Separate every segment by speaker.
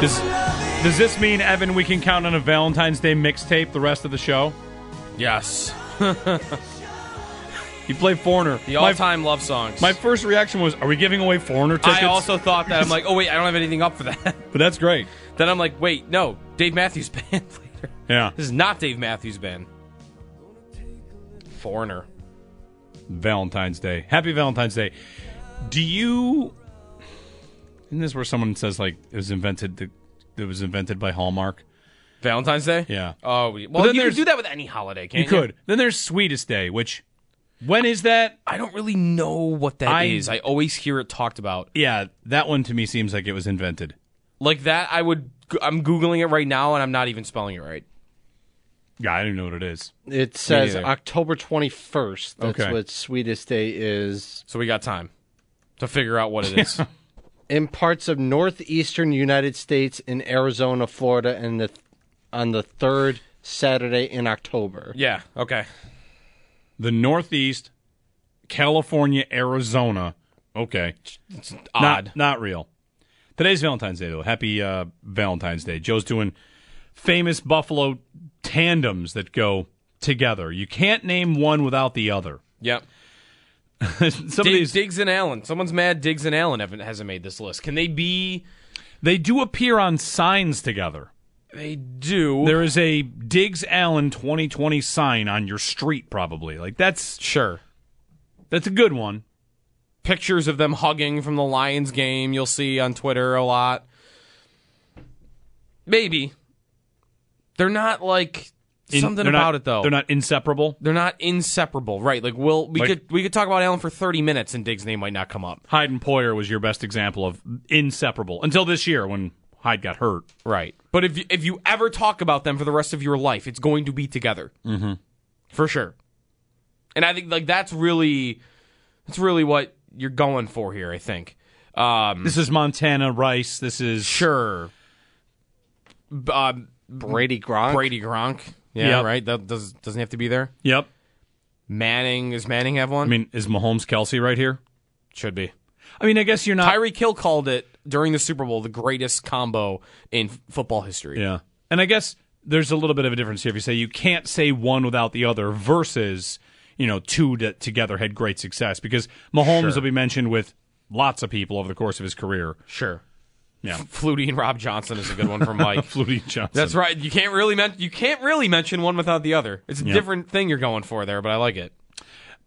Speaker 1: Does, does this mean, Evan, we can count on a Valentine's Day mixtape the rest of the show?
Speaker 2: Yes.
Speaker 1: You play Foreigner.
Speaker 2: The
Speaker 1: My-
Speaker 2: all time love songs.
Speaker 1: My first reaction was, are we giving away Foreigner tickets?
Speaker 2: I also thought that. I'm like, oh, wait, I don't have anything up for that.
Speaker 1: but that's great.
Speaker 2: then I'm like, wait, no, Dave Matthews Band later.
Speaker 1: Yeah.
Speaker 2: This is not Dave Matthews Band. Foreigner.
Speaker 1: Valentine's Day. Happy Valentine's Day. Do you? Isn't this where someone says like it was invented? The, it was invented by Hallmark.
Speaker 2: Valentine's Day?
Speaker 1: Yeah.
Speaker 2: Oh, we-
Speaker 1: But
Speaker 2: well,
Speaker 1: then
Speaker 2: you
Speaker 1: there's-
Speaker 2: could do that with any holiday, can't
Speaker 1: You
Speaker 2: you?
Speaker 1: could. Then there's Sweetest Day, which when is that?
Speaker 2: I don't really know what that is.
Speaker 1: I-
Speaker 2: I, always hear it talked about.
Speaker 1: Yeah, that one to me seems like it was invented.
Speaker 2: Like that, I would. I'm Googling it right now and I'm not even spelling it right.
Speaker 1: Yeah, I don't know what it is.
Speaker 3: It says
Speaker 2: neither.
Speaker 3: October 21st. That's
Speaker 1: Okay.
Speaker 3: what Sweetest Day is.
Speaker 2: So we got time to figure out what it is.
Speaker 3: In parts of northeastern United States in Arizona, Florida, and the on the third Saturday in October.
Speaker 2: yeah. Okay.
Speaker 1: The Northeast, California, Arizona. Okay,
Speaker 2: Odd.
Speaker 1: Not, not real. Today's Valentine's Day, though. Happy uh, Valentine's Day. Joe's doing famous Buffalo tandems that go together. You can't name one without the other.
Speaker 2: Yep.
Speaker 1: Some
Speaker 2: Dig,
Speaker 1: of these
Speaker 2: Diggs and Allen. Someone's mad. Diggs and Allen haven't hasn't made this list. Can they be?
Speaker 1: they do appear on signs together.
Speaker 2: They do.
Speaker 1: There is a Diggs Allen 2020 sign on your street, probably. Like that's
Speaker 2: sure.
Speaker 1: that's a good one.
Speaker 2: Pictures of them hugging from the Lions game. You'll see on Twitter a lot. Maybe. They're not like
Speaker 1: In-
Speaker 2: something
Speaker 1: they're not-
Speaker 2: about it though.
Speaker 1: They're not inseparable.
Speaker 2: They're not inseparable, right? Like, we'll we
Speaker 1: Like-
Speaker 2: could we could talk about Allen for thirty minutes and Diggs' name might not come up,
Speaker 1: Hyde and Poyer was your best example of inseparable until this year when Hyde got hurt.
Speaker 2: right? But if you, if you ever talk about them for the rest of your life, it's going to be together, mm-hmm. for sure. And I think like that's really that's really what you're going for here. I think. Um,
Speaker 1: This is Montana Rice. This is
Speaker 2: sure. B- Um,
Speaker 3: Brady Gronk.
Speaker 2: Brady Gronk, yeah,
Speaker 1: Yep.
Speaker 2: right. That does doesn't have to be there.
Speaker 1: Yep.
Speaker 2: Manning does Manning have one?
Speaker 1: I mean, is Mahomes Kelsey right here?
Speaker 2: should be.
Speaker 1: I mean, I guess you're not.
Speaker 2: Tyree Kill called it during the Super Bowl the greatest combo in f- football history.
Speaker 1: yeah. And I guess there's a little bit of a difference here. If you say you can't say one without the other versus, you know, two that together had great success because Mahomes will be mentioned with lots of people over the course of his career.
Speaker 2: Sure.
Speaker 1: Yeah.
Speaker 2: Flutie and Rob Johnson is a good one from Mike.
Speaker 1: Flutie Johnson.
Speaker 2: That's right. You can't really men- you can't really mention one without the other. It's a different thing you're going for there, but I like it.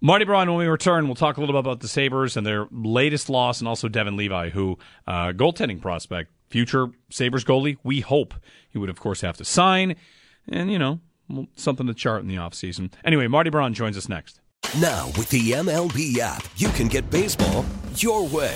Speaker 1: Marty Braun, when we return, we'll talk a little bit about the Sabres and their latest loss, and also Devin Levi, who, uh, goaltending prospect, future Sabres goalie, we hope. He would, of course, have to sign, and, you know, well, something to chart in the offseason. Anyway, Marty Braun joins us next.
Speaker 4: Now, with the MLB app, you can get baseball your way.